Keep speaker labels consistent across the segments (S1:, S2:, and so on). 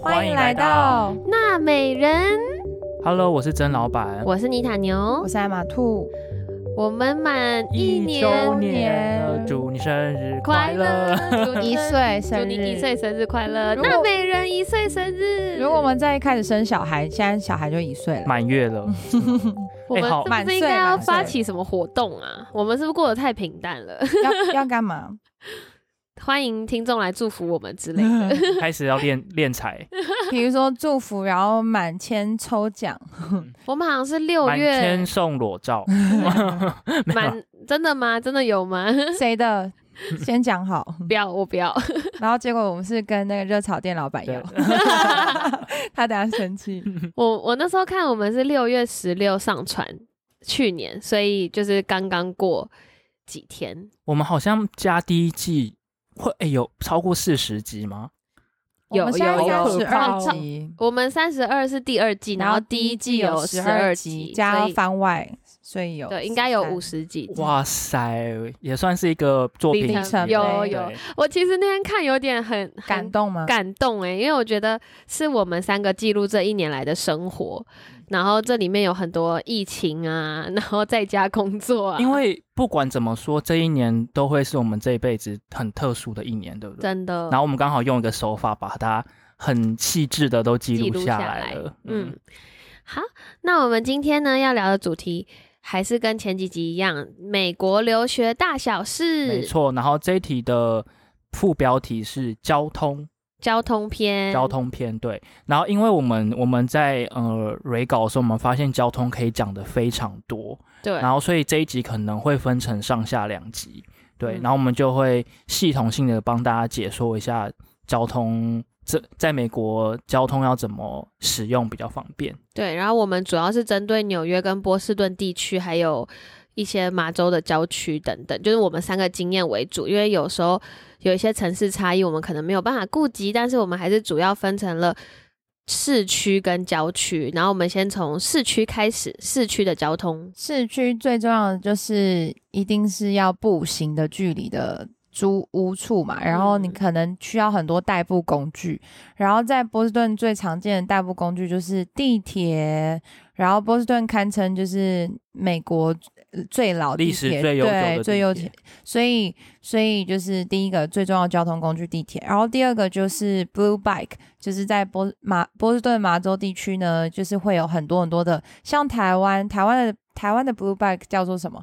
S1: 欢迎来到
S2: 娜美人，
S1: Hello，我是曾老板。
S2: 我是妮塔牛
S3: 我，是艾玛兔，
S2: 我们满一
S1: 周
S2: 年
S1: 年了，
S3: 年
S1: 祝你生日快
S2: 快乐
S1: 乐！，
S2: 祝你
S3: 一岁生日，
S2: 祝你嗯一岁。生日快乐，
S3: 如果
S2: 娜美人一岁生日。
S3: 如果我们再开始生小孩，现在小孩就一岁了。
S1: 满月了，
S2: 我们
S1: 哎好
S2: 是不是应该要
S3: 满岁
S2: 发起什么活动啊？我们是不是过得太平淡了？
S3: 要要干嘛？
S2: 欢迎听众来祝福我们之类
S3: 嗯
S2: 的。
S1: 开始要练 练财，
S3: 比如说祝福，然后满千抽奖，
S2: 我们好像是六
S1: 满
S2: 月
S1: 天送裸 照，没有啦
S2: 满真的吗？真的有吗？
S3: 谁的先讲好。
S2: 不要，我不要。
S3: 然后结果我们是跟那个热炒店老板
S1: 对
S3: 要，他等下生气。
S2: 我我那时候看我们是六月十六上传，去年，所以就是刚刚过几天。
S1: 我们好像加第一季会哎、有超过四十集吗？
S2: 有
S3: 我们现在
S1: 有有
S3: 十
S2: 好
S3: 二
S2: 可怕
S3: 集，
S2: 我们三十二是第二季，然后第一季有十二集，
S3: 加
S2: 所以
S3: 番外，所以有
S2: 对，应该有
S3: 13
S2: 五。十集。
S1: 哇塞，也算是一个作品
S2: 里
S3: 程
S1: 集
S3: 有
S1: 对
S2: 有我其实那天看有点很很
S3: 感动吗？
S2: 感动哎、因为我觉得是我们三个记录这一年来的生活，然后这里面有很多疫情啊， 然后在家工作啊，
S1: 因为不管怎么说，这一年都会是我们这一辈子很特殊的一年，对不对？
S2: 真的
S1: 然后我们刚好用一个手法把它很细致的都记
S2: 记
S1: 录
S2: 录
S1: 下
S2: 来
S1: 了。
S2: 嗯
S1: 嗯，，
S2: 好，那我们今天呢要聊的主题还是跟前几集一样，美国留学大小
S1: 没
S2: 事，
S1: 错。然后这一题的副标题是交通，
S2: 交通
S3: 嗯
S2: 篇，
S1: 交通篇对。然后因为我们我们在呃蕊稿的时候，我们发现交通可以讲的非常多，
S2: 对，
S1: 然后所以这一集可能会分成上下两集，对。
S2: 嗯
S1: 然后我们就会系统性的帮大家解说一下交通。这在美国交通要怎么使用比较方便？
S2: 对，然后我们主要是针对纽约跟波士顿地区，还有一些麻州的郊区等等，就是我们三个经验为主，因为有时候有一些城市差异，我们可能没有办法顾及，但是我们还是主要分成了。市区跟郊区，然后我们先从市区开始，市区的
S1: 嗯
S2: 交通，
S3: 市区最重要的就是一定是要步行的距离的租屋处嘛，然后你
S2: 嗯
S3: 可能需要很多代步工具，然后在波士顿最常见的代步工具就是地铁，然后波士顿堪称就是美国呃最老地
S1: 历史
S3: 铁
S1: 最悠久的地
S3: 对
S1: 铁
S3: 最悠久，所以所以就是第一个最重要的交通工具地铁，然后第二个就是 Blue Bike，就是在波马波士顿麻州地区呢，就是会有很多很多的，像台湾台湾的台湾的 Blue Bike 叫做什么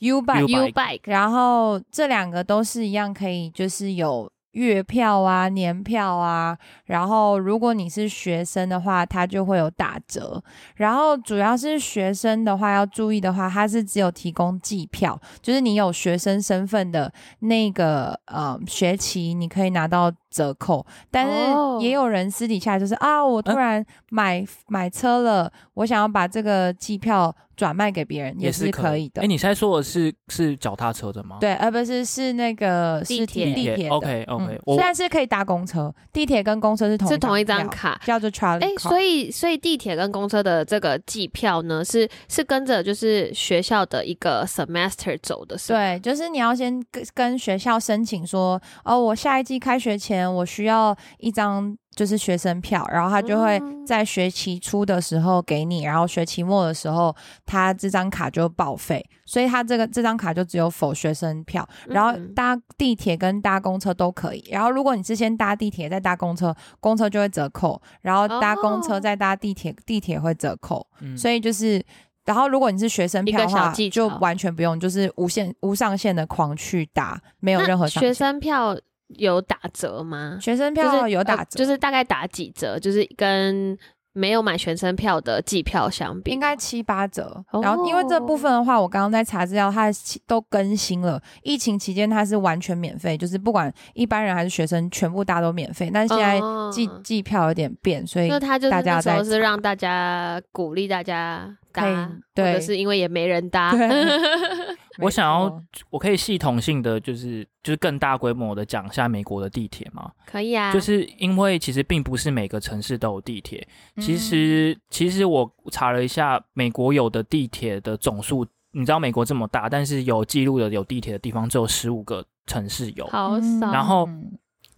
S3: U
S1: U
S3: Bike，
S2: U
S1: bike
S2: bike，
S3: 然后这两个都是一样可以，就是有月票啊、年票啊，然后如果你是学生的话，它就会有打折。然后主要是学生的话要注意的话，它是只有提供季票，就是你有学生身份的那个呃学期，你可以拿到折扣。但
S2: 哦
S3: 是也有人私底下就是、啊，我突然买、买车了，我想要把这个季票转卖给别人，也
S1: 是
S3: 是可以的。
S1: 哎，你现在说的是是脚踏车的吗？
S3: 对，而不是是那个
S2: 哦地
S3: 是
S2: 铁
S3: 地铁的
S1: OK OK，
S3: 嗯
S1: 我
S3: 虽然是可以搭公车，地铁跟公车是同
S2: 是同一张
S3: 票，
S2: 卡，
S3: 叫做 Charlie
S2: 哎、
S3: card。
S2: 所以所以地铁跟公车的这个计票呢，是是跟着就是学校的一个 semester 走的，是吗，
S3: 对，就是你要先跟跟学校申请说，哦，我下一季开学前我需要一张就是学生票，然后他就会
S2: 嗯
S3: 在学期初的时候给你，然后学期末的时候他这张卡就报废，所以他这个这张卡就只有否学生票，然后
S2: 嗯
S3: 搭地铁跟搭公车都可以。然后如果你是先搭地铁再搭公车，公车就会折扣；然后搭公
S2: 哦
S3: 车再搭地铁，地铁会折扣。
S1: 嗯
S3: 所以就是，然后如果你是学生
S2: 一
S3: 票的
S2: 个小
S3: 话
S2: 技，
S3: 就
S2: 巧
S3: 完全不用，就是无限无上限的狂去搭，没有任何
S2: 那
S3: 上
S2: 学
S3: 限
S2: 生票有打折吗？
S3: 学生
S2: 就
S3: 票
S2: 是
S3: 有打折，
S2: 呃就是大概打几折，就是跟没有买学生票的计票相比，
S3: 应该七八折。
S2: 哦
S3: 然后因为这部分的话，我刚刚在查资料，它是都更新了。疫情期间它是完全免费，就是不管一般人还是学生，全部大家都免费。但是现在
S2: 哦
S3: 计计票有点变，所以
S2: 就他就是
S3: 大
S2: 那
S3: 家
S2: 时候
S3: 在
S2: 是让大家鼓励大家
S3: 可
S2: 搭
S3: 以，
S2: 或者
S3: 对
S2: 是因为也没人搭，
S3: 对
S1: 我想要我可以系统性的就是就是更大规模的讲一下美国的地铁嘛，
S2: 可以啊，
S1: 就是因为其实并不是每个城市都有地铁，
S3: 嗯
S1: 其实其实我查了一下，美国有的地铁的总数，你知道美国这么大，但是有记录的有地铁的地方只有十五个城市有，
S2: 好
S3: 嗯
S2: 少，
S1: 然后
S3: 嗯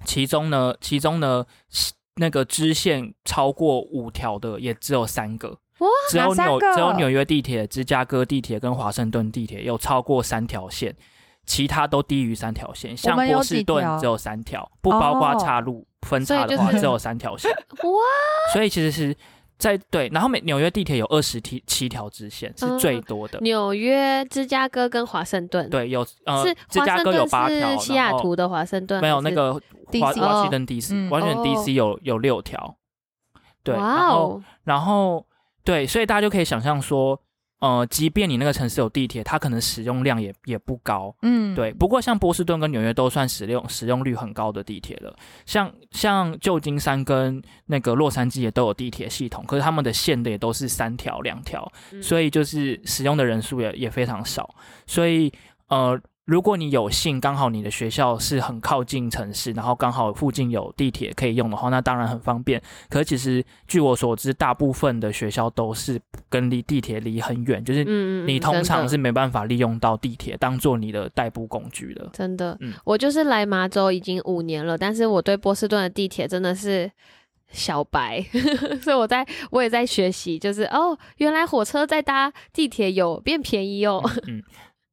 S1: 其中呢，其中呢，那个支线超过五条的也只有三个，
S2: 哇
S1: 只有
S3: 哪三
S1: 纽
S3: 个
S1: 只有纽约地铁、芝加哥地铁跟华盛顿地铁有超过三条线，其他都低于三条线。像
S3: 们有
S1: 波
S3: 几
S1: 士顿
S3: 条
S1: 只有三条，不包括
S3: 哦
S1: 岔路、分
S2: 所以
S1: 叉的
S2: 就
S1: 话
S2: 是
S1: 只有三条 线。
S2: 哇，
S1: 所以其实是在对，然后美纽约地铁有二十七七条支线是
S2: 嗯
S1: 最多的，
S2: 纽约、芝加哥跟华盛顿，，
S1: 对，有呃
S2: 是
S1: 芝
S2: 华
S1: 加
S2: 盛
S1: 哥有
S2: 顿
S1: 八条，
S2: 是西雅
S1: 然后
S2: 图的华盛顿，
S1: 没有
S2: 还
S1: 那
S2: 是
S1: 个华
S3: DC
S1: 华
S2: 哦
S1: 盛顿 DC，
S3: 嗯
S1: 华盛顿
S2: 哦
S1: DC 有有六条，对，然
S2: 哇
S1: 后
S2: 哦，
S1: 然后对，所以大家就可以想象说，呃，即便你那个城市有地铁，它可能使用量也也不高。
S3: 嗯，
S1: 对，不过像波士顿跟纽约都算使用使用率很高的地铁了，像像旧金山跟那个洛杉矶也都有地铁系统，可是他们的线的也都是三条两条，
S2: 嗯
S1: 所以就是使用的人数也也非常少，所以呃，如果你有幸刚好你的学校是很靠近城市，然后刚好附近有地铁可以用的话，那当然很方便。可其实据我所知，大部分的学校都是跟离地铁离很远，就是
S2: 嗯嗯，
S1: 你
S2: 嗯
S1: 通
S2: 真
S1: 常
S2: 的
S1: 是没办法利用到地铁当做你的代步工具的。
S2: 真的，
S1: 嗯
S2: 我就是来麻州已经五年了，但是我对波士顿的地铁真的是小白， 所以我在我也在学习，就是哦，原来火车在搭地铁有变便宜哦，
S1: 嗯，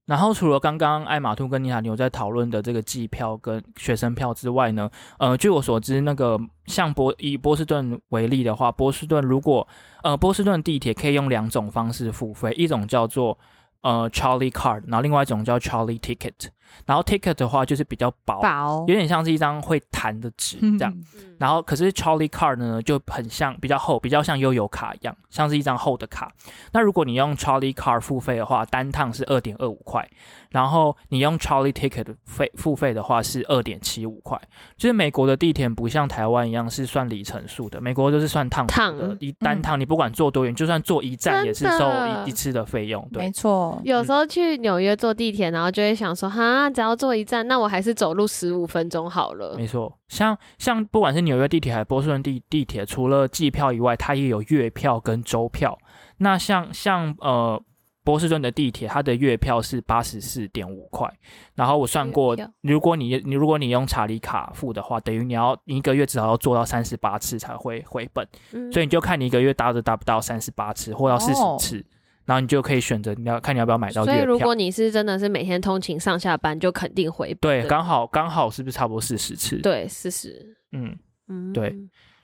S1: 然后除了刚刚艾玛兔跟尼塔牛在讨论的这个季票跟学生票之外呢，呃，据我所知，那个像波以波士顿为例的话，波士顿如果呃波士顿地铁可以用两种方式付费，一种叫做呃 Charlie Card，然后另外一种叫 Charlie Ticket，然后 Ticket 的话就是比较薄，
S3: 薄
S1: 有点像是一张会弹的 纸这样。
S2: 嗯
S3: 嗯
S1: 然后可是 Charlie Card 呢就很像比较厚，比较像悠游卡一样，像是一张厚的卡。那如果你用 Charlie Card 付费的话，单趟是二点二五块，然后你用 Charlie Ticket 费付费的话是二点七五块。就是美国的地铁不像台湾一样是算里程数的，美国就是算趟数的
S2: 趟，嗯
S1: 一单趟你不管坐多远，就算坐一站也是
S2: 真
S1: 收
S2: 的
S1: 一一次的费用。对
S3: 没，错，
S2: 有时候去纽约坐地铁，然后就会想说，哈，只要坐一站，那我还是走路十五分钟好了。
S1: 没错，像像不管是纽约地铁还是波士顿地地铁，除了季票以外，它也有月票跟周票。那像像呃波士顿的地铁，它的月票是八十四点五块。然后我算过
S2: 月票，
S1: 如果你你如果你用查理卡付的话，等于你要你一个月至少要做到三十八次才会回本。
S2: 嗯
S1: 所以你就看你一个月搭着搭不到三十八次或到四
S3: 哦
S1: 十次，然后你就可以选择你要看你要不要买到
S2: 所以
S1: 月
S2: 如
S1: 票
S2: 果。你是真的是每天通勤上下班，就肯定回本
S1: 对，
S2: 的
S1: 刚好刚好是不是差不多四十次？，
S2: 对四十，
S1: 嗯。
S2: 嗯，
S1: 对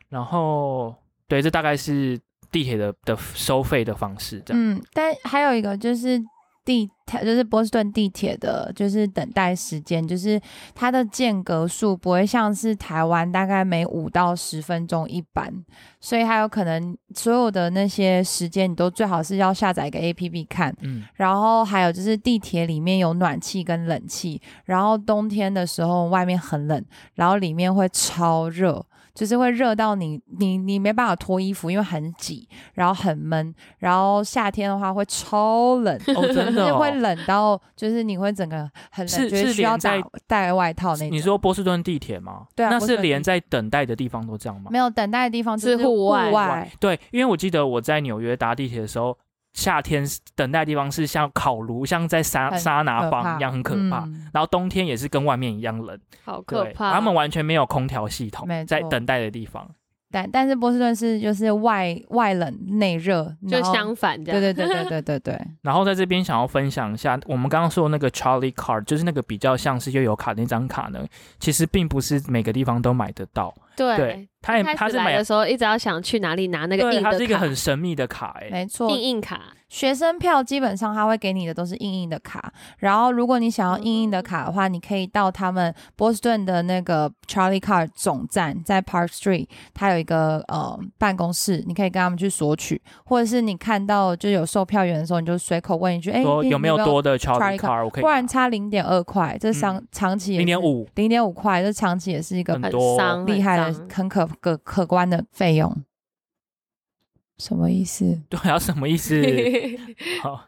S1: 然后对，这大概是地铁的的收费的方式，这样。
S3: 嗯，但还有一个就是地，它就是波士顿地铁的，就是等待时间，就是它的间隔数不会像是台湾大概每五到十分钟一班，所以还有可能所有的那些时间你都最好是要下载一个 A P P 看，
S1: 嗯，
S3: 然后还有就是地铁里面有暖气跟冷气，然后冬天的时候外面很冷，然后里面会超热，就是会热到你你你没办法脱衣服，因为很挤，然后很闷，然后夏天的话会超冷。
S1: 哦， 真
S3: 就
S1: 的、
S3: 是
S1: 哦
S3: 会。冷到，就是你会整个很冷，
S1: 是
S3: 就是需要
S1: 连在
S3: 带带外套那
S1: 你
S3: 种。
S1: 说波士顿地铁吗？
S3: 对啊
S1: 那
S3: 波士
S1: 是
S3: 顿
S1: 连
S3: 地
S1: 在等待的地方都这样吗
S3: 没？有等待的地方就是
S2: 户外
S3: 外，
S1: 对，因为我记得我在纽约搭地铁的时候，夏天是等待的地方是像烤炉，像在沙
S3: 很
S1: 沙拿
S3: 可
S1: 房
S3: 怕
S1: 一样，很可怕。
S3: 嗯
S1: 然后冬天也是跟外面一样冷，
S2: 好可
S1: 对，
S2: 怕。
S1: 他们完全没有空调系统
S3: 没，
S1: 在
S3: 错
S1: 等待的地方。
S3: 但但是波士顿是就是外外冷内热，
S2: 就
S3: 然后
S2: 相反这
S3: 对
S2: 样，
S3: 对对 对对对对，
S1: 然后在这边想要分享一下，我们刚刚说的那个 Charlie Card，就是那个比较像是悠游卡的那张卡呢，其实并不是每个地方都买得到。
S2: 对
S1: 对，它也
S2: 一开始
S1: 它是
S2: 来
S1: 买
S2: 的，时候，一直要想去哪里拿那个
S1: 对，
S2: 印
S1: 它是
S2: 的
S1: 一个
S2: 卡，
S1: 很神秘的卡哎、
S3: 没错
S2: 印，印卡，
S3: 学生票基本上他会给你的都是硬硬的卡，然后如果你想要硬硬的卡的话，你可以到他们波士顿的那个 Charlie Car 总站，在 Park Street，它有一个呃办公室，你可以跟他们去索取，或者是你看到就有售票员的时候，你就随口问一句，哎、
S1: 说
S3: 你
S1: 有没有？多的 Charlie
S3: Charlie
S1: Card，我可以嗯
S3: 不然差零点二块，这长、长期
S1: 零点五
S3: 零点五块，这长期也是一个
S1: 很
S2: 很
S1: 多
S2: 伤，
S3: 厉害
S2: 很
S3: 的
S2: 伤、
S3: 很可可可观的费用。什么意思？
S1: 对啊，什么意 思？好，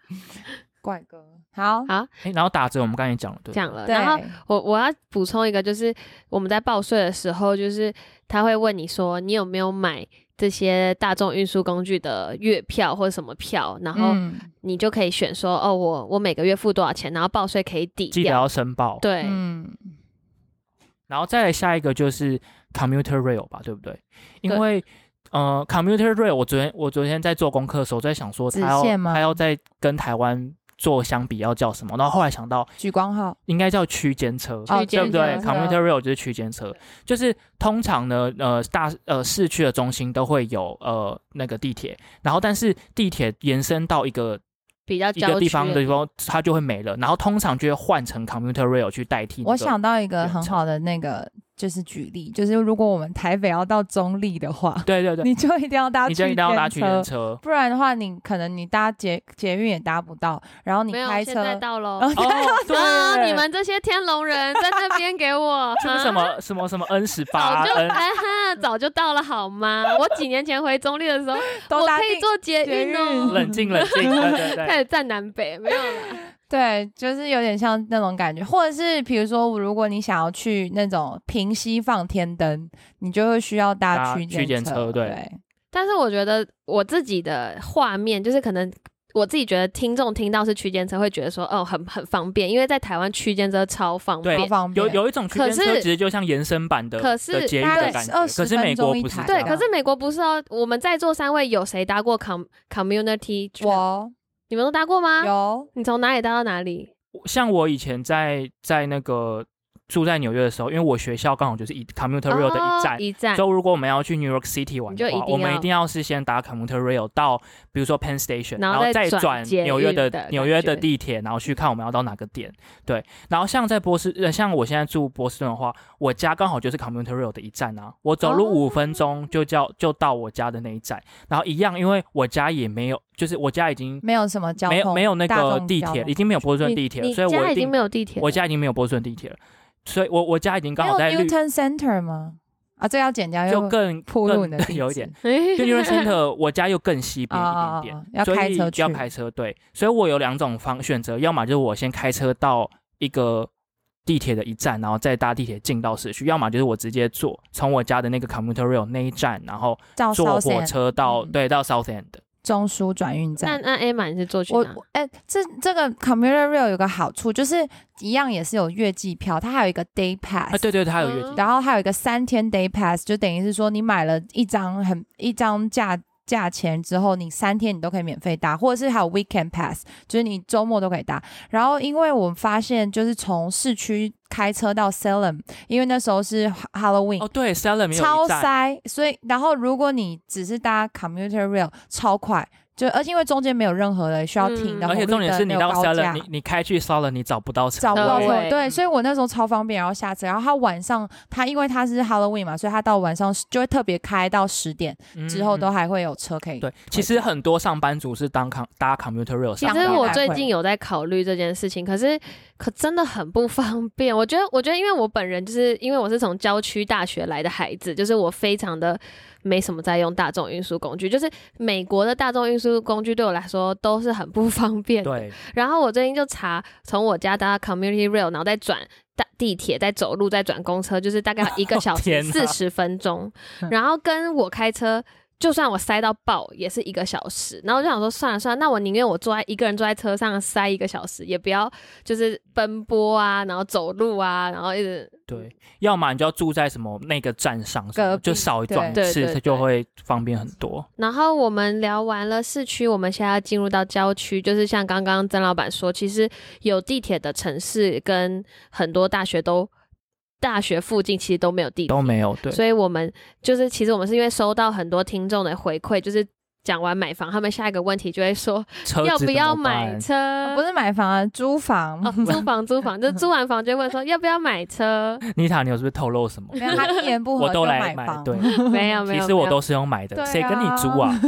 S3: 怪哥，好，
S2: 好
S1: 诶然后打折我们刚才讲了，对不对，
S2: 讲了。
S3: 对
S2: 然后我我要补充一个，就是我们在报税的时候，就是他会问你说你有没有买这些大众运输工具的月票或者什么票，然后
S3: 嗯
S2: 你就可以选说哦，我我每个月付多少钱，然后报税可以抵
S1: 记得
S2: 掉。
S1: 要申报。
S2: 对，
S3: 嗯，
S1: 然后再来下一个就是 commuter rail 吧，对不对？因
S2: 对
S1: 为呃，commuter rail，我昨天我昨天在做功课的时候在想说，
S3: 直
S1: 它要
S3: 线吗
S1: 它要在跟台湾做相比要叫什么？然后后来想到
S3: 举光号
S1: 应该叫区间车，
S2: 区
S1: 对
S2: 间
S1: 不
S2: 车
S1: 对
S3: 哦车
S1: ？commuter rail 就是区间车，就是通常呢，呃，大呃市区的中心都会有呃那个地铁，然后但是地铁延伸到一个
S2: 比较
S1: 一
S2: 郊
S1: 个
S2: 区
S1: 地方的地方，它就会没了，然后通常就会换成 commuter rail 去代替那个、
S3: 我想到一个
S1: 远
S3: 很
S1: 程
S3: 好的那个就是举例，就是如果我们台北要到中立的话，
S1: 对 对对，
S3: 你就一定要搭
S1: 你就一定要搭区
S3: 区
S1: 间
S3: 间车，
S1: 车。
S3: 不然的话你可能你搭捷捷运也搭不到，然后你
S2: 没有，
S3: 开
S2: 现在
S3: 车。
S2: 到喽。
S3: 哦
S1: 哦，对，
S2: 啊！你们这些天龙人在那边给我
S1: 是不是什么什么什么 N 十八
S2: 早就
S1: N？
S2: 哎哈， 早就到了好吗？我几年前回中立的 时候，
S3: 都
S2: 我
S3: 搭
S2: 可以
S3: 地
S2: 坐捷
S3: 捷
S2: 运
S3: 运
S2: 哦。
S1: 冷静冷 静，对对
S2: 开
S1: 对，
S2: 始站南北，没有啦。
S3: 对，就是有点像那种感觉，或者是比如说，如果你想要去那种平息放天灯，你就会需要搭
S1: 搭
S3: 区
S1: 区间车
S3: 车，
S1: 对
S2: 但是我觉得我自己的画面，就是可能我自己觉得听众听到是区间车，会觉得说哦，很很方便，因为在台湾区间车超方
S1: 对
S3: 好。
S2: 便
S3: 方便。
S1: 有有一种区间车
S2: 可是
S1: 其实就像延伸版的
S2: 可是
S1: 的捷运
S3: 大
S1: 的
S3: 概
S1: 感觉，
S3: 20
S1: 可是美国
S3: 分钟一
S1: 不是
S3: 台
S1: 这
S2: 对，
S1: 样
S3: 啊
S2: 可是美国不是哦。我们在座三位有谁搭过 com community？train？
S3: 我
S2: 你们都搭过
S1: 啊
S2: 吗？。
S3: 有
S2: 你从哪里搭到哪里？
S1: 像我以前在在那个住在纽约的时候，因为我学校刚好就是一 commuter rail 的一站
S2: 哦。一站
S1: 所以如果我们要去 New York City 玩
S2: 你就
S1: 的
S2: 一定
S1: 话，
S2: 要
S1: 我们一定要是先打 commuter rail 到，比如说 Penn Station，
S2: 然
S1: 然
S2: 后
S1: 后
S2: 再
S1: 再
S2: 转
S1: 转
S2: 捷
S1: 纽约
S2: 运的感
S1: 纽约的
S2: 觉
S1: 地铁，然后去看我们要到哪个点。对，然后像在波士，呃，像我现在住波士顿的话，我家刚好就是 commuter rail 的一站啊，我走路
S2: 哦
S1: 五分钟就叫就到我家的那一站。然后一样，因为我家也没有，就是我家已经
S3: 没有什么交通，
S1: 没有没有那
S3: 大
S1: 个
S3: 众
S1: 地
S3: 交
S1: 铁，
S3: 通
S1: 已经没有波士顿
S2: 你
S1: 地铁了，
S2: 你
S1: 所以我
S2: 家
S1: 一
S2: 已经
S1: 定
S2: 没有地铁了，
S1: 我家已经没有波士顿地铁了，所以我我家已经刚好在
S3: 没有
S1: 绿，
S3: Newton Center 吗？啊，这要剪掉，
S1: 就更
S3: 铺路
S1: 更
S3: 你的地址
S1: 有一点。
S2: 哎
S1: 就 Newton Center，我家又更西边一点点，
S3: 啊，要
S1: 所
S3: 开
S1: 以
S3: 车去，
S1: 要开车对，所以我有两种方选择，要么就是我先开车到一个地铁的一站，然后再搭地铁进到市区，要么就是我直接坐从我家的那个 commuter rail 那一站，然后
S3: 到
S1: 坐
S3: South
S1: 火
S3: End
S1: 车到
S3: 嗯
S1: 对到 South End。
S3: 中枢转运
S2: 那
S3: 站。
S2: 那 A 满是坐去
S3: 我
S2: 哪？
S3: 我哎、这这个 commuter rail 有个好处，就是一样也是有月季票，它还有一个 day
S1: 啊，
S3: pass，、
S1: 对对，它有月经
S2: 嗯。
S3: 然后还有一个三天 day pass，就等于是说你买了一张很一张价价钱之后，你三天你都可以免费搭，或者是还有 weekend pass，就是你周末都可以搭。然后因为我们发现，就是从市区开车到 Salem，因为那时候是 Halloween，、
S1: 哦，对 s a l e m 有
S3: 超
S1: 一站，
S3: 塞，所以然后如果你只是搭 commuter rail，超快。就而且因为中间没有任何的需要停的，
S2: 嗯
S1: 而且
S3: 红绿
S1: 重点是
S3: 灯
S1: 你
S3: 没有
S1: 到
S3: 高
S1: s a l e
S3: 架
S1: m 你你开去 s a l e m 你找不到车
S3: 找不到
S2: 对
S3: 车，
S2: 嗯对
S3: 对，所以我那时候超方便，然后下车，然后他晚上他因为他是 Halloween 嘛，所以他到晚上就会特别开到十点之后
S1: 嗯
S3: 都还会有车可以。
S1: 对，其实很多上班族是当 com 搭 commuter rail
S2: 其
S1: 上
S2: 实
S1: 班
S2: 我
S1: 的
S2: 最近有在考虑这件事情，可是可真的很不方便。我觉得，我觉得，因为我本人就是因为我是从郊区大学来的孩子，就是我非常的没什么在用大众运输工具，就是美国的大众运输工具对我来说都是很不方便的。
S1: 对，
S2: 然后我最近就查，从我家搭 community rail，然后再转大地铁，再走路，再转公车，就是 大概一个小时
S1: 天哪
S2: 四十分钟。然后跟我开车，就算我塞到爆，也是一个小时。然后我就想说，算了算了，那我宁愿我坐在一个人坐在车上塞一个小时，也不要就是奔波啊，然后走路啊，然后一直
S1: 对，要么你就要住在什么那个站上什么，
S3: 隔壁
S1: 就少一转
S2: 对对
S1: 次，
S2: 对
S1: 它就会方便很多。
S2: 然后我们聊完了市区，我们现在要进入到郊区，就是像刚刚曾老板说，其实有地铁的城市跟很多大学都，大学附近其实都没有地铁，
S1: 都没有对，
S2: 所以我们就是其实我们是因为收到很多听众的回馈，就是讲完买房，他们下一个问题就会说
S1: 车子
S2: 要不要
S1: 怎么办
S2: 买车，
S3: 啊不是买房啊，租房。
S1: 嗯
S2: 哦租房租房，就租完房就会问说要不要买车，
S1: 妮塔，你有是不是透露什么？
S3: 没有，他一言不合
S1: 我都
S3: 就
S1: 来
S3: 买
S1: 买，
S3: 房，
S1: 对，
S2: 没 有没
S1: 其
S2: 有，
S1: 实我
S2: 没有
S1: 都是用买的，
S3: 对
S1: 谁跟你
S3: 啊
S1: 租 啊？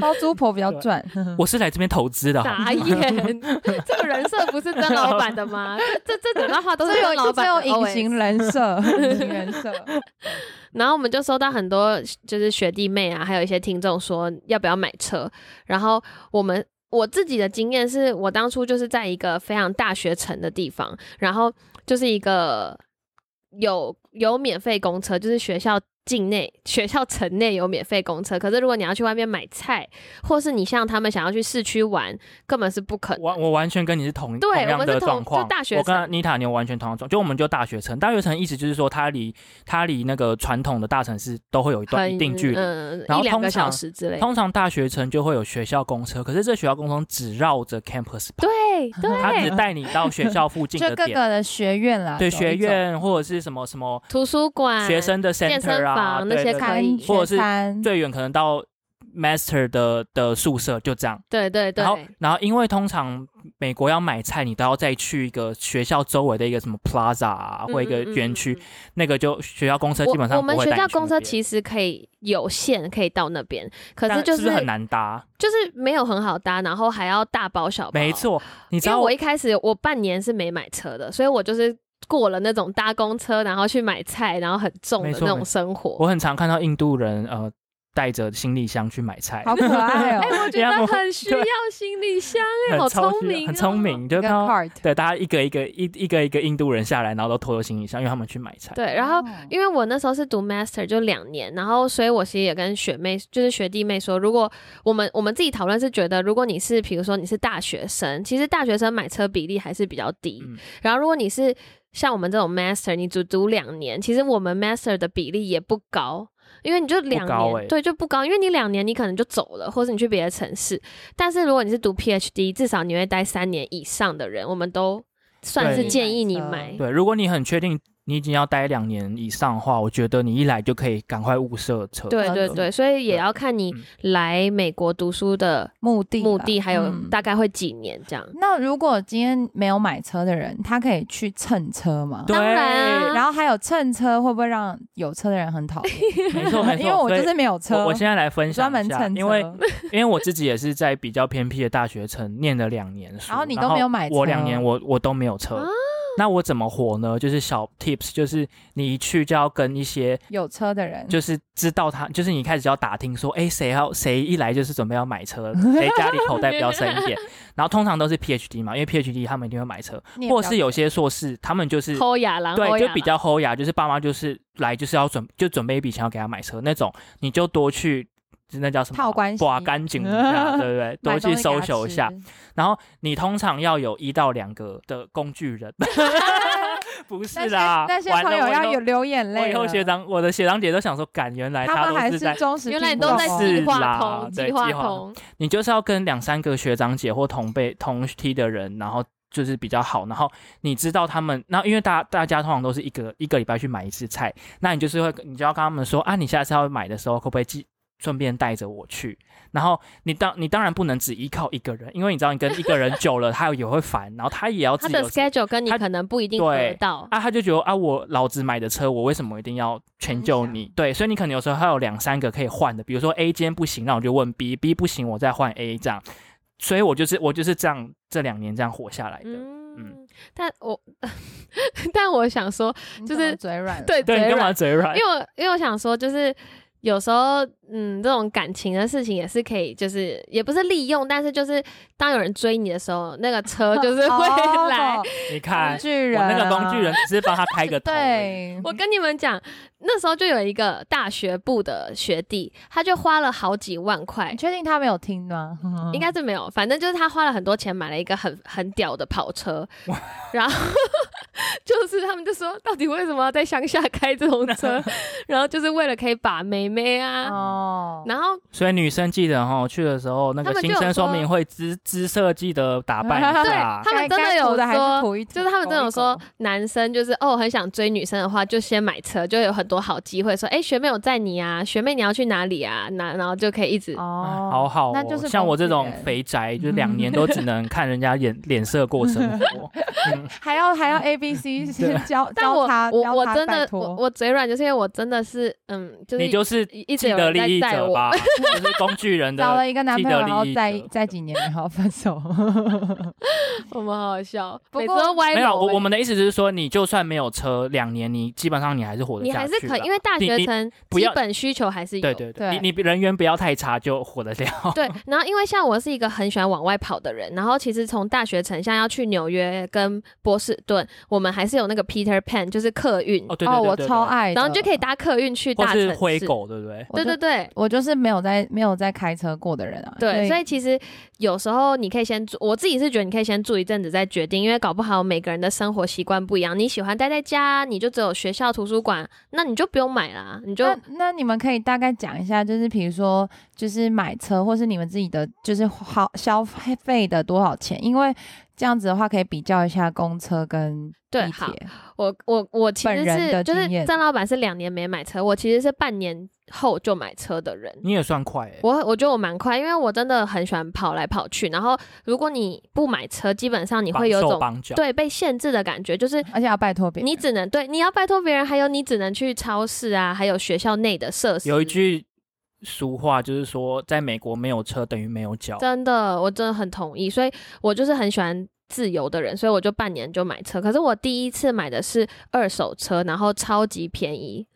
S3: 包
S2: 哦
S3: 租婆比较
S1: 对
S3: 赚。
S1: 我是来这边投资的，好吗
S2: 傻眼， 这个人设不是曾老板的吗？这这这整段话 都是
S3: 这
S2: 曾
S3: 有
S2: 老
S3: 这
S2: 板
S3: 有
S2: 的 OS
S3: 隐形人设，隐形人 设。
S2: 然后我们就收到很多就是学弟妹啊，还有一些听众说要不要买车。然后我们我自己的经验是我当初就是在一个非常大学城的地方，然后就是一个有有免费公车，就是学校境内学校城内有免费公车，可是如果你要去外面买菜，或是你像他们想要去市区玩，根本是不可能。
S1: 完，我完全跟你是同
S2: 对
S1: 同样
S2: 我们
S1: 的
S2: 是同
S1: 状况。
S2: 就大学
S1: 我
S2: 城
S1: 跟妮塔牛完全同样状，就我们就大学城。大学城意思就是说，它离它离那个传统的大城市都会有一段
S2: 很
S1: 一定距离。
S2: 嗯，
S1: 然
S2: 一
S1: 后
S2: 两
S1: 通
S2: 个小
S1: 常
S2: 时之类的。
S1: 通常大学城就会有学校公车，可是这学校公车只绕着 campus 跑，
S2: 对
S1: 它只
S2: 对，
S1: 带你到学校附近
S3: 就
S1: 的
S3: 各
S1: 点，
S3: 个的学院啦，
S1: 对
S3: 走一
S1: 学
S3: 走
S1: 院或者是什么什么
S2: 图书馆、
S1: 学生的
S2: 嗯健身
S1: center 啊，
S2: 房那
S1: 对
S2: 些
S1: 对
S2: 可
S3: 看
S2: 以。
S1: 或者
S3: 学
S1: 是
S3: 餐
S1: 最远可能到 master 的的宿舍就这样。
S2: 对对对
S1: 然，后，然后因为通常美国要买菜，你都要再去一个学校周围的一个什么 plaza 啊，或一个
S2: 嗯嗯
S1: 园
S2: 嗯
S1: 区，
S2: 嗯
S1: 那个就学校公车基本
S2: 我
S1: 上
S2: 我们
S1: 不会
S2: 学
S1: 带你
S2: 校
S1: 去
S2: 公
S1: 那
S2: 车
S1: 边
S2: 其实可以有限，可以到那边，可
S1: 但
S2: 是就是
S1: 不很难搭。
S2: 就是没有很好搭，然后还要大包小包。
S1: 没，错，你知
S2: 因为
S1: 道
S2: 我一开始我半年是没买车的，所以我就是过了那种搭公车，然后去买菜，然后很重的
S1: 没错
S2: 那种
S1: 没
S2: 生活。
S1: 我很常看到印度人呃带着行李箱去买菜，
S3: 好可爱
S2: 哎、
S3: 哦，
S2: 我觉
S1: 因为
S2: 得
S1: 我
S2: 很需
S1: 对
S2: 要行李箱哎、好
S1: 很超
S2: 聪
S1: 级
S2: 明、
S1: 很聪。明，就
S3: 一个
S1: 看到
S3: cart，
S1: 对大家一个一个一一个一个印度人下来，然后都拖着行李箱，因为他们去买菜。
S2: 对，然后
S3: 哦
S2: 因为我那时候是读 master 就两年，然后所以我其实也跟学妹就是学弟妹说，如果我们我们自己讨论是觉得，如果你是比如说你是大学生，其实大学生买车比例还是比较低，
S1: 嗯
S2: 然后如果你是像我们这种 master，你只读两年，其实我们 master 的比例也不高。因为你就两
S1: 高
S2: 年，
S1: 欸
S2: 对，就不高，因为你两年你可能就走了，或者你去别的城市。但是如果你是读 PhD，至少你会待三年以上的人，我们都算是
S1: 对
S2: 建议你
S3: 买车
S2: 买。
S1: 对，如果你很确定你已经要待两年以上的话，我觉得你一来就可以赶快物色车。
S2: 对
S3: 车
S2: 对
S3: 子
S2: 对，所以也要看你
S1: 嗯
S2: 来美国读书的
S3: 目的
S2: 目
S3: 吧
S2: 的，还有
S3: 嗯
S2: 大概会几年这样。
S3: 那如果今天没有买车的人，他可以去蹭车吗？
S1: 对
S2: 当然啊
S3: 然后还有蹭车，会不会让有车的人很讨厌？
S1: 没 错没错，
S3: 因为我
S1: 所以
S3: 就是没有车，
S1: 我我现在来分享
S3: 专门
S1: 一下，
S3: 蹭车，
S1: 因为因为我自己也是在比较偏僻的大学城念了两年书，
S3: 然后你都没有买车
S1: 我两年我我都没有车，
S2: 啊
S1: 那我怎么活呢？就是小 tips，就是你一去就要跟一些。
S3: 有车的人
S1: 就是知道他，就是你一开始就要打听说，哎、谁要谁一来就是准备要买车， 谁家里口袋比较深一点。然后通常都是 PhD 嘛，因为 PhD 他们一定会买车，
S3: 你也
S1: 或
S3: 不要
S1: 是有些硕士他们就是
S2: 抠牙狼，
S1: 对，
S2: 薅
S1: 就
S2: 牙
S1: 比
S2: 狼
S1: 较齁牙，就是爸妈就是来就是要准就准备一笔钱要给他买车那种，你就多去那叫什么
S3: 嗯套关系
S1: 刮干净一 下，对不对？多
S3: 买
S1: 去
S3: 东西给他
S1: social 一下。
S3: 吃
S1: 然后你通常要有一到两个的工具 人， 不
S3: 那
S1: 是
S3: 些
S1: 啦，
S3: 那些
S1: 完了
S3: 朋友
S1: 我以
S3: 要
S1: 后
S3: 有流眼
S1: 我
S3: 泪
S1: 以
S3: 了。
S1: 后学长，我的学长姐都想说，感原来
S3: 他们
S1: 都
S3: 还
S1: 是
S3: 是
S1: 在，
S3: 忠实听众哦，
S2: 原来你都在计
S1: 是
S2: 划
S1: 啦
S2: 通，
S1: 对
S2: 计划
S1: 计划
S2: 通。
S1: 你就是要跟两三个学长姐或同辈同梯的人，然后就是比较好，然后你知道他们，那因为大大家通常都是一个一个礼拜去买一次菜，那你就是会，你就要跟他们说啊，你下次要买的时候可不可以记顺便带着我去？然后你当你当然不能只依靠一个人，因为你知道你跟一个人久了，他也会烦，然后他也要自
S2: 他
S1: 己
S2: 的
S1: 有时
S2: schedule 跟你
S1: 他
S2: 可能不一定
S1: 对
S2: 合到，
S1: 啊，他就觉得啊，我老子买的车，我为什么一定要全救你？对，所以你可能有时候还有两三个可以换的，比如说 A 今天不行，那我就问 B，B 不行我再换 A 这样。所以我就是我就是这样这两年这样活下来的。
S2: 嗯
S1: 嗯，
S2: 但我但我想说，
S3: 你
S2: 就
S3: 怎么
S2: 是
S3: 嘴软了，
S2: 对
S1: 对，
S2: 嘴
S1: 你干
S2: 软
S1: 嘛嘴软
S2: 因？为我因为我想说，就是有时候，嗯，这种感情的事情也是可以，就是也不是利用，但是就是当有人追你的时候，那个车就是会
S3: 哦
S2: 来。
S1: 你 看
S3: 工具
S1: 我
S3: 人，啊
S1: 那个工具人，只是帮他 开个头而已。
S3: 对，
S2: 我跟你们讲，那时候就有一个大学部的学弟，他就花了好几万块
S3: 你。确定他没有听吗？
S2: 应该是没有，反正就是他花了很多钱买了一个很 很屌的跑车，然后就是他们就说，到底为什么要在乡下开这种车？然后就是为了可以把妹妹啊，
S3: 哦，
S2: 然后
S1: 所以女生记得哈，去的时候那
S2: 他
S1: 个
S2: 们就
S1: 新
S2: 有
S1: 生说
S2: 说
S1: 明会姿姿色记得打扮一
S2: 对
S1: 下。
S2: 他
S3: 该
S2: 们真的
S3: 该涂
S2: 有
S3: 的还
S2: 说
S3: 是涂一涂，
S2: 就是他们真的有
S3: 勾一
S2: 说
S3: 勾，
S2: 男生就是哦，很想追女生的话，就先买车，就有很多好机会。说，哎、学妹有载你啊，学妹你要去哪里啊？那然后就可以一直、
S3: 哦
S1: 啊，好好、哦，
S3: 那就是
S1: 像我
S3: 工具
S1: 这种
S3: 人
S1: 肥宅，就是 两年都只能看人家脸脸色过生活。
S3: 还要还要
S1: 嗯
S3: A B C 先教
S2: 但
S3: 教
S2: 我
S3: 他，
S2: 我
S3: 教
S2: 我
S3: 他
S2: 真
S3: 拜
S2: 的
S3: 托
S2: 我我嘴软，就是因为我真的是嗯，就是
S1: 你就是
S2: 一直
S1: 既
S2: 有
S1: 得
S2: 人
S1: 利益
S2: 在载
S1: 者
S2: 我，
S1: 吧，就是工具人
S3: 找
S1: 的。
S3: 了一个男朋
S1: 既
S3: 友，
S1: 得利
S3: 然后
S1: 益
S3: 在
S1: 者
S3: 在几年然后分手，
S2: 我们好好笑，
S3: 不
S2: 每次
S3: 过
S2: 都歪
S1: 没有，
S2: 楼
S1: 我
S2: 欸
S1: 我们的意思就是说，你就算没有车，两年你基本上你还是活得
S2: 你
S1: 下
S2: 还
S1: 去
S2: 是
S1: 啦。
S2: 可以，因为大
S1: 你
S2: 学
S1: 你
S2: 生
S1: 不
S2: 基
S1: 要
S2: 本需求还是有。
S1: 对对
S3: 对
S1: 对，你你人缘不要太差就活得了。
S2: 对，然后因为像我是一个很喜欢往外跑的人，然后其实从大学城像要去纽约跟波士顿，我们还是有那个 Peter Pan，就是客运，
S1: 哦，对对对
S3: 哦，
S1: 对
S3: 我
S1: 对
S3: 超
S1: 对
S3: 爱的，
S2: 然后你就可以搭客运去
S1: 或
S2: 大城
S1: 是
S2: 市。
S1: 灰狗，对不对？
S3: 我
S2: 对
S3: 就
S2: 对对，
S3: 我就是没有在没有在开车过的人啊，
S2: 对，所以其实有时候你可以先住，我自己是觉得你可以先住一阵子再决定，因为搞不好每个人的生活习惯不一样。你喜欢待在家，你就只有学校、图书馆，那你就不用买啦，你就
S3: 那那你们可以大概讲一下，就是比如说，就是买车，或是你们自己的，就是好消费的多少钱？因为这样子的话，可以比较一下公车跟
S2: 对
S3: 地
S2: 好
S3: 铁。
S2: 我我我其实
S3: 本人
S2: 是
S3: 的
S2: 就是
S3: 经验
S2: 郑老板是两年没买车，我其实是半年后就买车的人。
S3: 嗯
S1: 你也算快哎、
S2: 我我觉得我蛮快，因为我真的很喜欢跑来跑去。然后如果你不买车，基本上你
S1: 绑
S2: 会有
S1: 手
S2: 种
S1: 绑脚，
S2: 对被限制的感觉，就是
S3: 而且要拜托别人，
S2: 你只能对你要拜托别人，还有你只能去超市啊，还有学校内的设施。
S1: 有一句俗话就是说，在美国没有车等于没有脚。
S2: 真的，我真的很同意，所以我就是很喜欢自由的人，所以我就半年就买车。可是我第一次买的是二手车，然后超级便宜，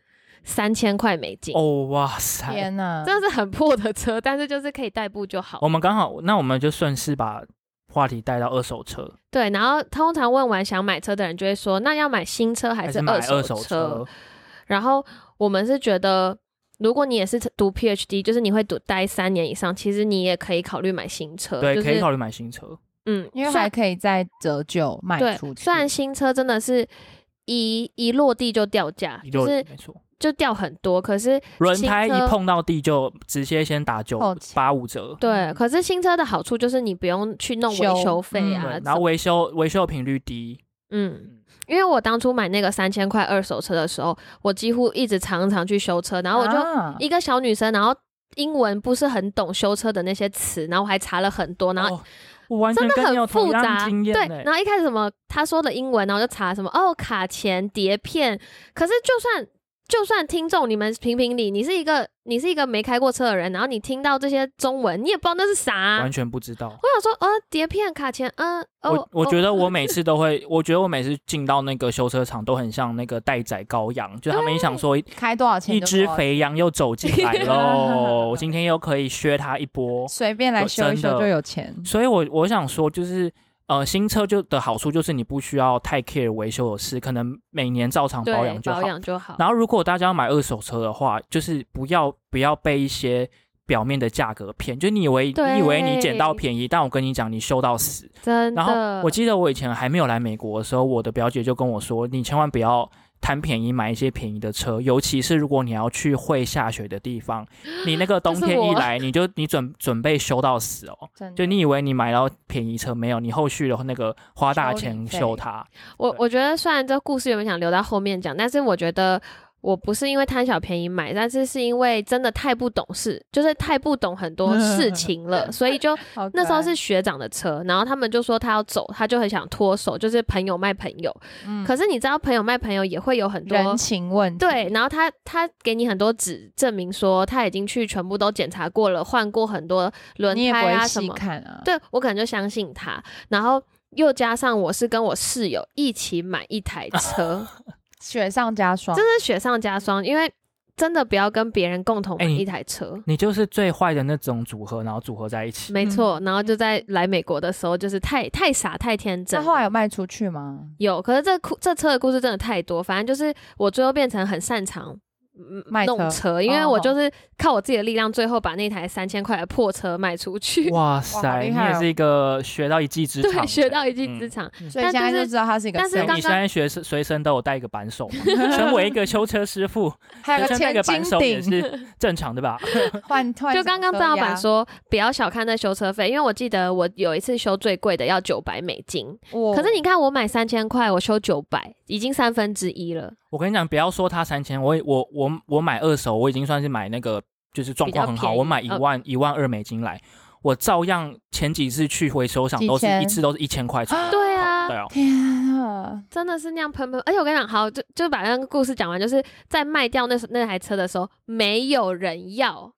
S2: 三千块美金，
S1: 哦哇塞！
S3: 天哪、
S2: 真的是很破的车，但是就是可以代步就好
S1: 我。们刚好，那我们就顺势把话题带到二手车，
S2: 对，然后通常问完想买车的人就会说，那要买新车
S1: 还
S2: 还是
S1: 是买
S2: 手
S1: 手
S2: 车？？然后我们是觉得。如果你也是读 PhD，就是你会读待三年以上，其实你也可以考虑买新车。
S1: 对，
S2: 就是、
S1: 可以考虑买新车。
S2: 嗯，
S3: 因为
S2: 虽然
S3: 还可以再折旧卖
S2: 对
S3: 出，去。
S2: 虽然新车真的是一一落地就掉价，
S1: 一
S2: 就
S1: 六
S2: 是
S1: 没错，
S2: 就掉很多。可是
S1: 轮胎
S2: 新车哦
S1: 一碰到地就直接先打九
S3: 后期
S1: 八五折。
S2: 对，
S3: 嗯
S2: 可是新车的好处就是你不用去弄维
S3: 修
S2: 修费
S3: 嗯
S2: 啊
S1: 对，，然后维修维修频率低，
S2: 嗯，因为我当初买那个三千块二手车的时候，我几乎一直常常去修车，然后我就
S3: 啊
S2: 一个小女生，然后。英文不是很懂修车的那些词，然后我还查了很多，然后
S1: 哦我完全
S2: 真的
S1: 跟你有
S2: 很
S1: 同
S2: 复
S1: 样
S2: 杂，
S1: 经验欸
S2: 对
S1: 呢。。
S2: 然后一开始什么他说的英文，然后就查什么哦卡钳、碟片。可是就算就算听众你们评评理，你是一个你是一个没开过车的人，然后你听到这些中文，你也不知道那是啥、
S1: 完全不知道。
S2: 我想说，呃，碟片、卡钳，嗯、啊哦
S1: 我，我觉
S2: 哦
S1: 得我每次都会， 我觉得我每次进到那个修车厂都很像那个待宰羔羊，就他们一想说一
S3: 开多少钱
S1: 一
S3: 就
S1: 只
S3: 多少钱，
S1: 肥羊又走进来 喽，今天又可以削它一波。
S3: 随便来修
S1: 真的
S3: 一修就有钱。
S1: 所以我我想说，就是呃，新车就的好处就是你不需要太 care 维修的事，可能每年照常
S2: 对
S1: 保养就好
S2: 保。养就好。
S1: 然后如果大家要买二手车的话，就是不要不要被一些。表面的价格骗，就你以为
S2: 对
S1: 你以为你捡到便宜，但我跟你讲，你修到死。
S2: 真
S1: 然
S2: 的
S1: 后，我记得我以前还没有来美国的时候，我的表姐就跟我说，你千万不要贪便宜买一些便宜的车，尤其是如果你要去会下雪的地方，你那个冬
S2: 就是
S1: 天一
S2: 我
S1: 来，你就你准准备修到死哦。
S3: 真的
S1: 就你以为你买到便宜车没有，你后续的那个花大钱修它，
S2: 我我觉得虽然这故事原本想留到后面讲，但是我觉得我不是因为贪小便宜买，但是是因为真的太不懂事，就是太不懂很多事情 了，所以就
S3: 好可
S2: 那时候
S3: 爱
S2: 是学长的车，然后他们就说他要走，他就很想脱手，就是朋友卖朋友。
S3: 嗯
S2: 可是你知道，朋友卖朋友也会有很多
S3: 人。情问题，
S2: 对，然后他他给你很多纸证明说他已经去全部都检查过了，换过很多轮
S3: 你也不
S2: 胎啊
S3: 会
S2: 什
S3: 细
S2: 么。
S3: 看啊。
S2: 对我可能就相信他，然后又加上我是跟我室友一起买一台 车，
S3: 雪上加霜，
S2: 真是雪上加霜，因为真的不要跟别人共同买
S1: 哎你
S2: 一台车。
S1: 你就是最坏的那种组合，然后组合在一起。
S2: 没
S3: 嗯
S2: 错，然后就在来美国的时候，就是太太傻太天真
S3: 那
S2: 了。
S3: 后来有卖出去吗？
S2: 有，可是这故这车的故事真的太多，反正就是我最后变成很擅长。嗯
S3: 卖车
S2: 弄车，因为我
S3: 哦
S2: 就是靠我自己的力量，最后把那台三千块的破车卖出 去，
S1: 哇
S3: 哇好
S1: 塞，
S3: 厉
S1: 你
S3: 害哦
S1: 也是一个学到一技之长的
S2: 对，
S1: 人，
S2: 学到一技之
S1: 嗯。
S2: 长。
S3: 所以
S2: 但
S3: 现在
S2: 就
S3: 就是知道他是一个
S2: 但是
S3: 神
S1: 哎
S2: 刚
S1: 你
S2: 刚
S1: 现在学生随身都有带一个扳手 嘛，身为一个修车师傅，
S3: 还有
S1: 随身
S3: 个
S1: 带一个
S3: 千
S1: 扳
S3: 斤
S1: 手也
S3: 顶，
S1: 是 正常的吧？
S3: 换换
S2: 就刚
S3: 什么
S2: 刚郑
S3: 车
S2: 老
S3: 呀
S2: 板，说，不要小看那修车费，因为我记得我有一次修最贵的要九百美金，
S3: 我
S2: 可是你看我买三千块，我修九百，已经三分之一了，
S1: 我跟你讲，不要说它三千，我我我我买二手，我已经算是买那个就是状况很
S2: 比较
S1: 好，
S2: 便宜嗯
S1: 我买一万一、万二美金来，我照样前几次去回收厂
S3: 几
S1: 都是
S3: 千
S1: 一次都是一千 块钱。
S2: 对啊，
S1: 对 啊，
S3: 天啊，
S2: 真的是那样喷喷，而且我跟你讲，好，就就把那个故事讲完，就是在卖掉那那台车的时候，没有人要，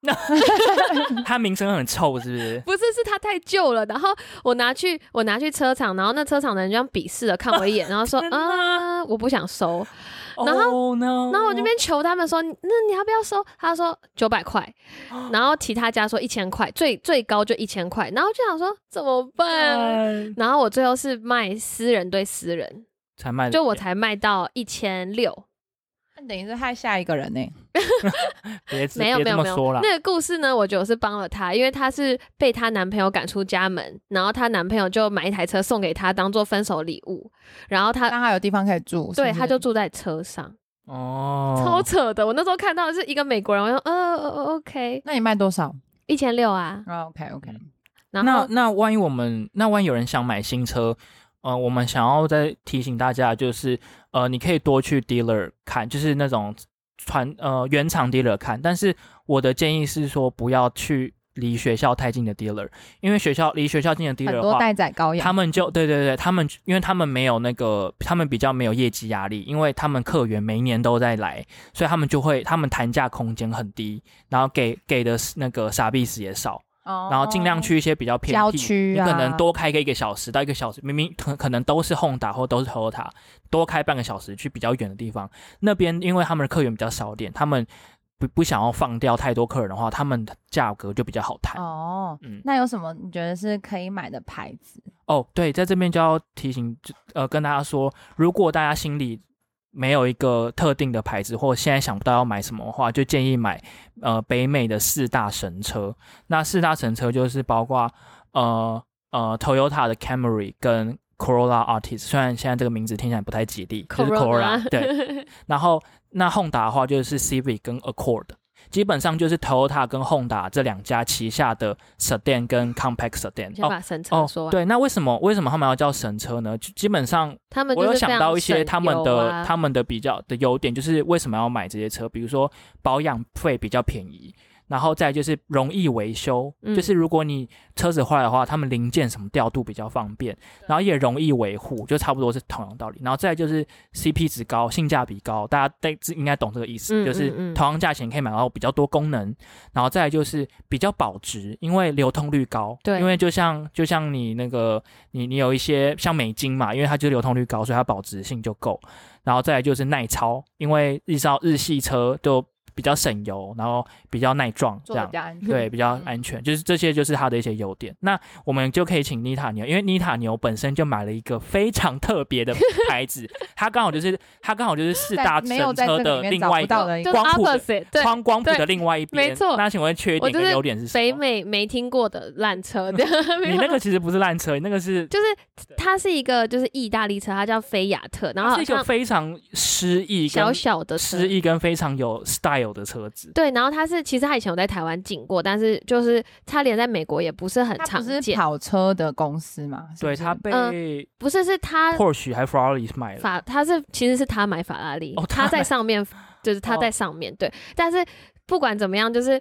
S1: 他名声很臭是不是？
S2: 不是是它太旧了。然后我拿去我拿去车厂，然后那车厂的人就这样鄙视了看我一眼，然后说
S1: 天
S2: 啊、我不想收。然
S1: 后呢
S2: 然后我这边求他们说，那你要不要收？他说九百块，然后其他家说一千块，最最高就一千块。
S1: 哎
S2: 嗯然后就想说怎么办？然后我最后是卖私人对私人，
S1: 才卖了
S2: 就我
S1: 钱
S2: 才卖到一千六，
S3: 那等于是害下一个人呢、
S1: 别这
S2: 没有
S1: 别
S2: 没
S1: 这
S2: 有
S1: 么
S2: 没
S1: 说
S2: 有
S1: 啦。。
S2: 那个故事呢，我觉得我是帮了她，因为她是被她男朋友赶出家门，然后她男朋友就买一台车送给她当做分手礼物，然后她
S3: 让他有地方可以住。
S2: 呃对
S3: 是不是
S2: 她就住在车上，
S1: 哦，
S2: 超扯的。我那时候看到的是一个美国人，我说呃呃呃 OK
S3: 那你卖多少、
S2: 一千六啊，
S3: 啊、？OK
S1: 嗯
S3: OK，
S2: 然
S1: 那
S2: 后
S1: 那万一我们那万一有人想买新车，呃，我们想要再提醒大家，就是呃，你可以多去 dealer 看，就是那种传呃原厂 dealer 看。但是我的建议是说，不要去离学校太近的 dealer，因为学校离学校近的 dealer
S3: 很
S1: 的
S3: 多
S1: 话。
S3: 待宰羔
S1: 他
S3: 羊。
S1: 们就对对对，他们因为他们没有那个，他们比较没有业绩压力，因为他们客源每一年都在来，所以他们就会他们谈价空间很低，然后给给的那个傻逼死也少，然后尽量去一些比较偏
S3: 哦郊
S1: 僻
S3: 区
S1: 你可
S3: 啊
S1: 能多开个一个小时到一个小时，明明可可能都是 Honda 或都是 Toyota，多开半个小时去比较远的地方。那边因为他们的客源比较少一点，他们不不想要放掉太多客人的话，他们的价格就比较好谈。哦
S3: 哦。
S1: 嗯
S3: 那有什么你觉得是可以买的牌子？
S1: 哦对，在这边就要提醒，就呃，跟大家说，如果大家心里没有一个特定的牌子，或现在想不到要买什么的话，就建议买呃北美的四大神车。那四大神车就是包括呃呃 Toyota 的 Camry 跟 Corolla Artist，虽然现在这个名字听起来不太吉利，就是 Corolla 对。然后那 Honda 的话就是 Civic 跟 Accord，基本上就是 Toyota 跟 Honda 这两家旗下的 sedan 跟 compact
S2: 先
S1: sedan。
S2: 把神车
S1: 哦
S2: 说啊
S1: 哦，
S2: 完，
S1: 对，那为什么为什么他们要叫神车呢？就基本上
S2: 他们
S1: 我
S2: 就
S1: 有
S2: 是非
S1: 想
S2: 常
S1: 到一些
S2: 省
S1: 他们
S2: 油
S1: 的、
S2: 啊
S1: 他们的比较的优点，就是为什么要买这些车，比如说保养费比较便宜，然后再来就是容易维修，
S2: 嗯
S1: 就是如果你车子坏了的话，他们零件什么调度比较方便，然后也容易维护，就差不多是同样道理。然后再来就是 CP 值高，性价比高，大家对应该懂这个意思，
S2: 嗯
S1: 就是
S2: 嗯嗯
S1: 同样价钱可以买到比较多功能，然后再来就是比较保值，因为流通率高。
S2: 对
S1: 因为就像就像你那个你你有一些像美金嘛，因为它就是流通率高，所以它保值性就够。然后再来就是耐操，因为日照日系车就比较省油，然后比较耐撞，这
S3: 做的
S1: 样
S3: 比较嗯安全。
S1: 对， 比较安全，就是这些就是它的一些优点。那我们就可以请妮塔牛，因为妮塔牛本身就买了一个非常特别的牌子，它刚好就是它刚好就是四
S3: 在
S1: 大
S3: 没有
S1: 神
S3: 在这
S1: 车
S3: 个里
S1: 的
S3: 面
S1: 另
S3: 找
S1: 外
S3: 不
S1: 一
S3: 到
S1: 个
S3: 的一
S2: 就
S3: 个，
S1: 光谱的
S2: opposite 对
S1: 框光谱
S2: 对
S1: 的另外一边。
S2: 没错
S1: 那请问缺
S2: 我
S1: 点
S2: 就
S1: 跟
S2: 是
S1: 优点是什
S2: 北
S1: 么？
S2: 美没听过的烂车，这样没
S1: 你
S2: 有
S1: 那个其实不是烂车，你那个是
S2: 就是它是一个就是意大利车，它叫菲亚特，然
S1: 它是
S2: 后好
S1: 一个
S2: 像
S1: 非常诗意
S2: 小
S1: 跟
S2: 小的车
S1: 诗。意跟非常有 style 的车子。
S2: 对，然后它是，其实它以前有在台湾进过，但是就是它连在美国也不是很
S3: 它
S2: 常
S3: 不是
S2: 见，
S3: 跑车的公司嘛？是不
S1: 对，
S3: 是
S1: 它被
S2: 不是是嗯它
S1: Porsche 还 Ferrari 买了。
S2: 法，它是其实是他买法拉利，
S1: 哦
S2: 他
S1: 他
S2: 在
S1: 买
S2: 上面，就是他在上面、对。但是不管怎么样，就是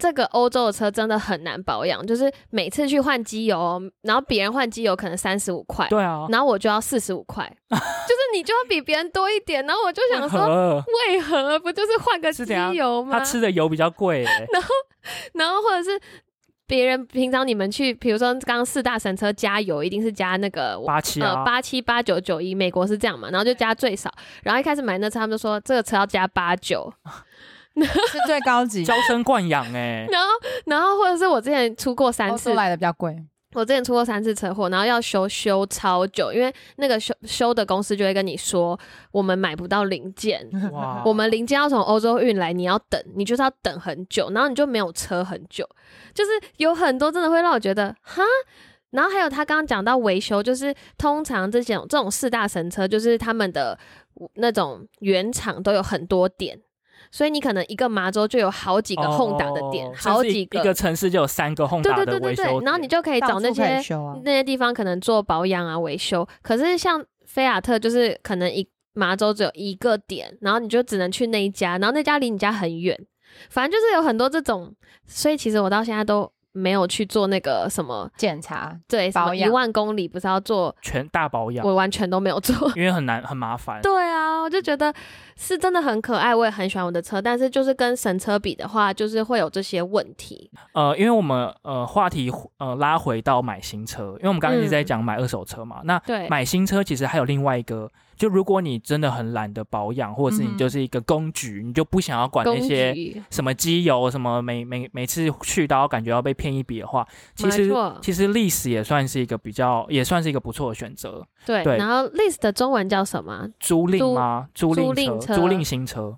S2: 这个欧洲的车真的很难保养，就是每次去换机油，然后别人换机油可能三十五块，
S1: 对啊，
S2: 然后我就要四十五 块，就是你就要比别人多一点。然后我就想说，
S1: 说
S2: 为何不就是换个
S1: 是
S2: 机
S1: 怎样
S2: 油吗
S1: 他？吃的油比较贵、欸。
S2: 然后或者是。别人平常你们去，比如说刚刚四大神车加油，一定是加那个
S1: 八七啊，
S2: 呃，八七八九九一，美国是这样嘛，然后就加最少，然后一开始买那车，他们就说这个车要加八九，
S3: 是最高级，哦
S1: 娇生惯养哎，
S2: 然后然后或者是我之前出过三
S3: 欧
S2: 次
S3: 洲，来的比较贵。
S2: 我之前出过三次车祸，然后要修修超久，因为那个修修的公司就会跟你说，我们买不到零件。
S1: 哇，
S2: 我们零件要从欧洲运来，你要等，你就是要等很久，然后你就没有车很久，就是有很多真的会让我觉得哈。然后还有他刚刚讲到维修，就是通常这种这种四大神车，就是他们的那种原厂都有很多点，所以你可能一个麻州就有好几个
S1: 哦
S2: Honda 的点，
S1: 甚至
S2: 好
S1: 一
S2: 几
S1: 一个城市就有三个
S2: 对
S1: Honda 的
S2: 对对对
S1: 维修
S2: 对，然后你
S1: 点
S2: 就可以
S3: 到
S2: 哎找那
S3: 处可以
S2: 些
S3: 修啊，
S2: 那些地方可能做保养啊、维修。可是像菲亚特，就是可能一麻州只有一个点，然后你就只能去那一家，然后那家离你家很远。反正就是有很多这种，所以其实我到现在都没有去做那个什么，
S3: 检查
S2: 对，什么
S3: 保
S2: 一
S3: 养
S2: 万公里不是要做，
S1: 全大保养，
S2: 我完全都没 有做。
S1: 因为很难很麻烦。
S2: 对啊，我就觉得是真的很可爱，我也很喜欢我的车，但是就是跟神车比的话，就是会有这些问题。
S1: 呃，因为我们呃话题呃拉回到买新车，因为我们刚刚一直在
S2: 嗯
S1: 讲买二手车嘛，那
S2: 对，
S1: 买新车其实还有另外一个就如果你真的很懒得保养，或者是你就是一个公举，你就不想要管那
S2: 嗯工
S1: 些
S2: 具
S1: 什么机油，什么每每每次去都要感觉要被骗一笔的话，其
S2: 没
S1: 实
S2: 错
S1: 其实历史也算是一个比较，也算是一个不错的选择。
S2: 对，
S1: 对
S2: 然后 list 的中文叫什么？啊
S1: 租赁
S2: 租
S1: 吗？租
S2: 租
S1: 赁
S2: 赁
S1: 车、
S2: 车
S1: 租赁新车，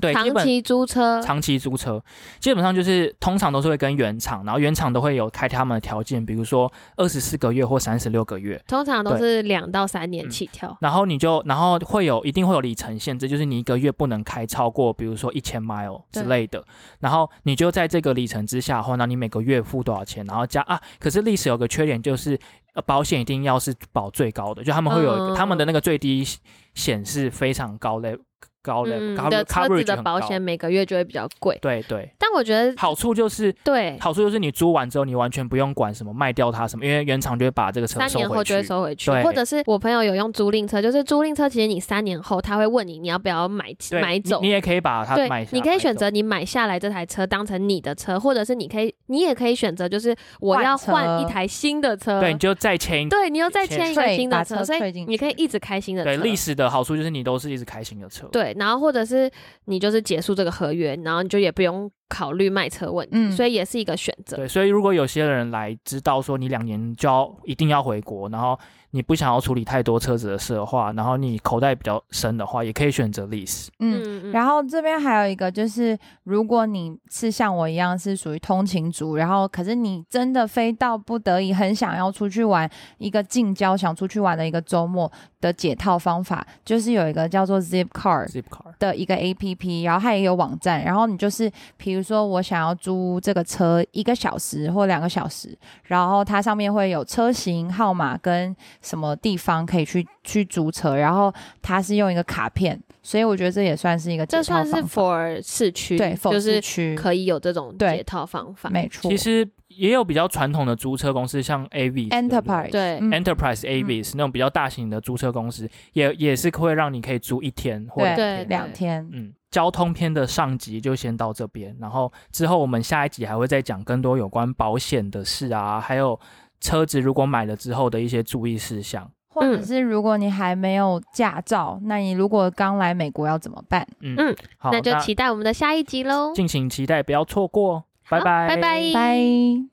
S1: 对，基
S2: 长
S1: 本
S2: 期租车，
S1: 长期租车，基本上就是通常都是会跟原厂，然后原厂都会有开他们的条件，比如说二十四个月或三十六个月，
S2: 通常都
S1: 对
S2: 是两到三年
S1: 嗯
S2: 起跳。
S1: 然后你就然后会有一定会有里程限制，就是你一个月不能开超过，比如说一千 mile 之
S3: 对
S1: 类的，然后你就在这个里程之下的话，那你每个月付多少钱，然后加啊，可是历史有个缺点就是。呃，保险一定要是保最高的，就他们会有、
S2: 嗯
S1: 他们的那个最低险是非常高的高的、
S2: 嗯，
S1: 高
S2: 你的车子
S1: coverage
S2: 的
S1: 很
S2: 保
S1: 高
S2: 险每个月就会比较贵，
S1: 对对，
S2: 但我觉得
S1: 好处就是
S2: 对，
S1: 好处就是你租完之后，你完全不用管什么卖掉它什么，因为原厂就会把这个车
S2: 三
S1: 收
S2: 年后
S1: 回
S2: 就会
S1: 去。
S2: 收回去，
S1: 对
S2: 或者是我朋友有用租赁车，就是租赁车，其实你三年后他会问你你要不要买
S1: 对，
S2: 买
S1: 你
S2: 走
S1: 你。也可以把它
S2: 对
S1: 买下。，
S2: 你可以
S1: 买
S2: 选
S1: 走
S2: 择你买下来这台车当成你的车，或者是你可以，你也可以选择就是我要
S3: 换车
S2: 换一台新的车。
S1: 对，你就再签一
S2: 对你又再签一个
S3: 退
S2: 新的
S3: 把
S2: 车，
S3: 车
S2: 所以
S3: 退进
S2: 你可以
S3: 去
S2: 一直开新的
S1: 对
S2: 车。
S1: 历史的好处就是你都是一直开新的车。
S2: 对，然后或者是你就是结束这个合约，然后你就也不用考虑卖车问题，
S3: 嗯
S2: 所以也是一个选择。
S1: 对，所以如果有些人来知道说你两年就要一定要回国，然后你不想要处理太多车子的事的话，然后你口袋比较深的话，也可以选择历史。
S3: 嗯。
S2: 嗯
S3: 然后这边还有一个就是，如果你是像我一样是属于通勤族，然后可是你真的非到不得已很想要出去玩，一个近郊想出去玩的一个周末的解套方法，就是有一个叫做 Zipcar
S1: Zip Car，
S3: 的一个 A P P，然后它也有网站，然后你就是比如说我想要租这个车一个小时或两个小时，然后它上面会有车型号码跟什么地方可以去去租车，然后它是用一个卡片，所以我觉得这也算是一个解
S2: 这
S3: 套
S2: 算是
S3: 方法
S2: for 市区，
S3: 对，否
S2: 就
S3: 市
S2: 是
S3: 区
S2: 可以有这种
S3: 对
S2: 解套方法。
S3: 没错，
S1: 其实也有比较传统的租车公司，像 AV 对不对
S3: Enterprise
S2: 对
S3: 嗯
S1: Enterprise Avis、那种比较大型的租车公司，也也是会让你可以租一天或两
S2: 对
S1: 天。
S3: 两天，
S1: 嗯，交通篇的上集就先到这边，然后之后我们下一集还会再讲更多有关保险的事啊，还有车子如果买了之后的一些注意事项。
S3: 或者是如果你还没有驾照，那你如果刚来美国要怎么办？
S1: 嗯
S2: 嗯
S1: 好，
S2: 那就期待我们的下一集喽。
S1: 哦敬请期待，不要错过，拜
S2: 好拜拜
S3: 拜。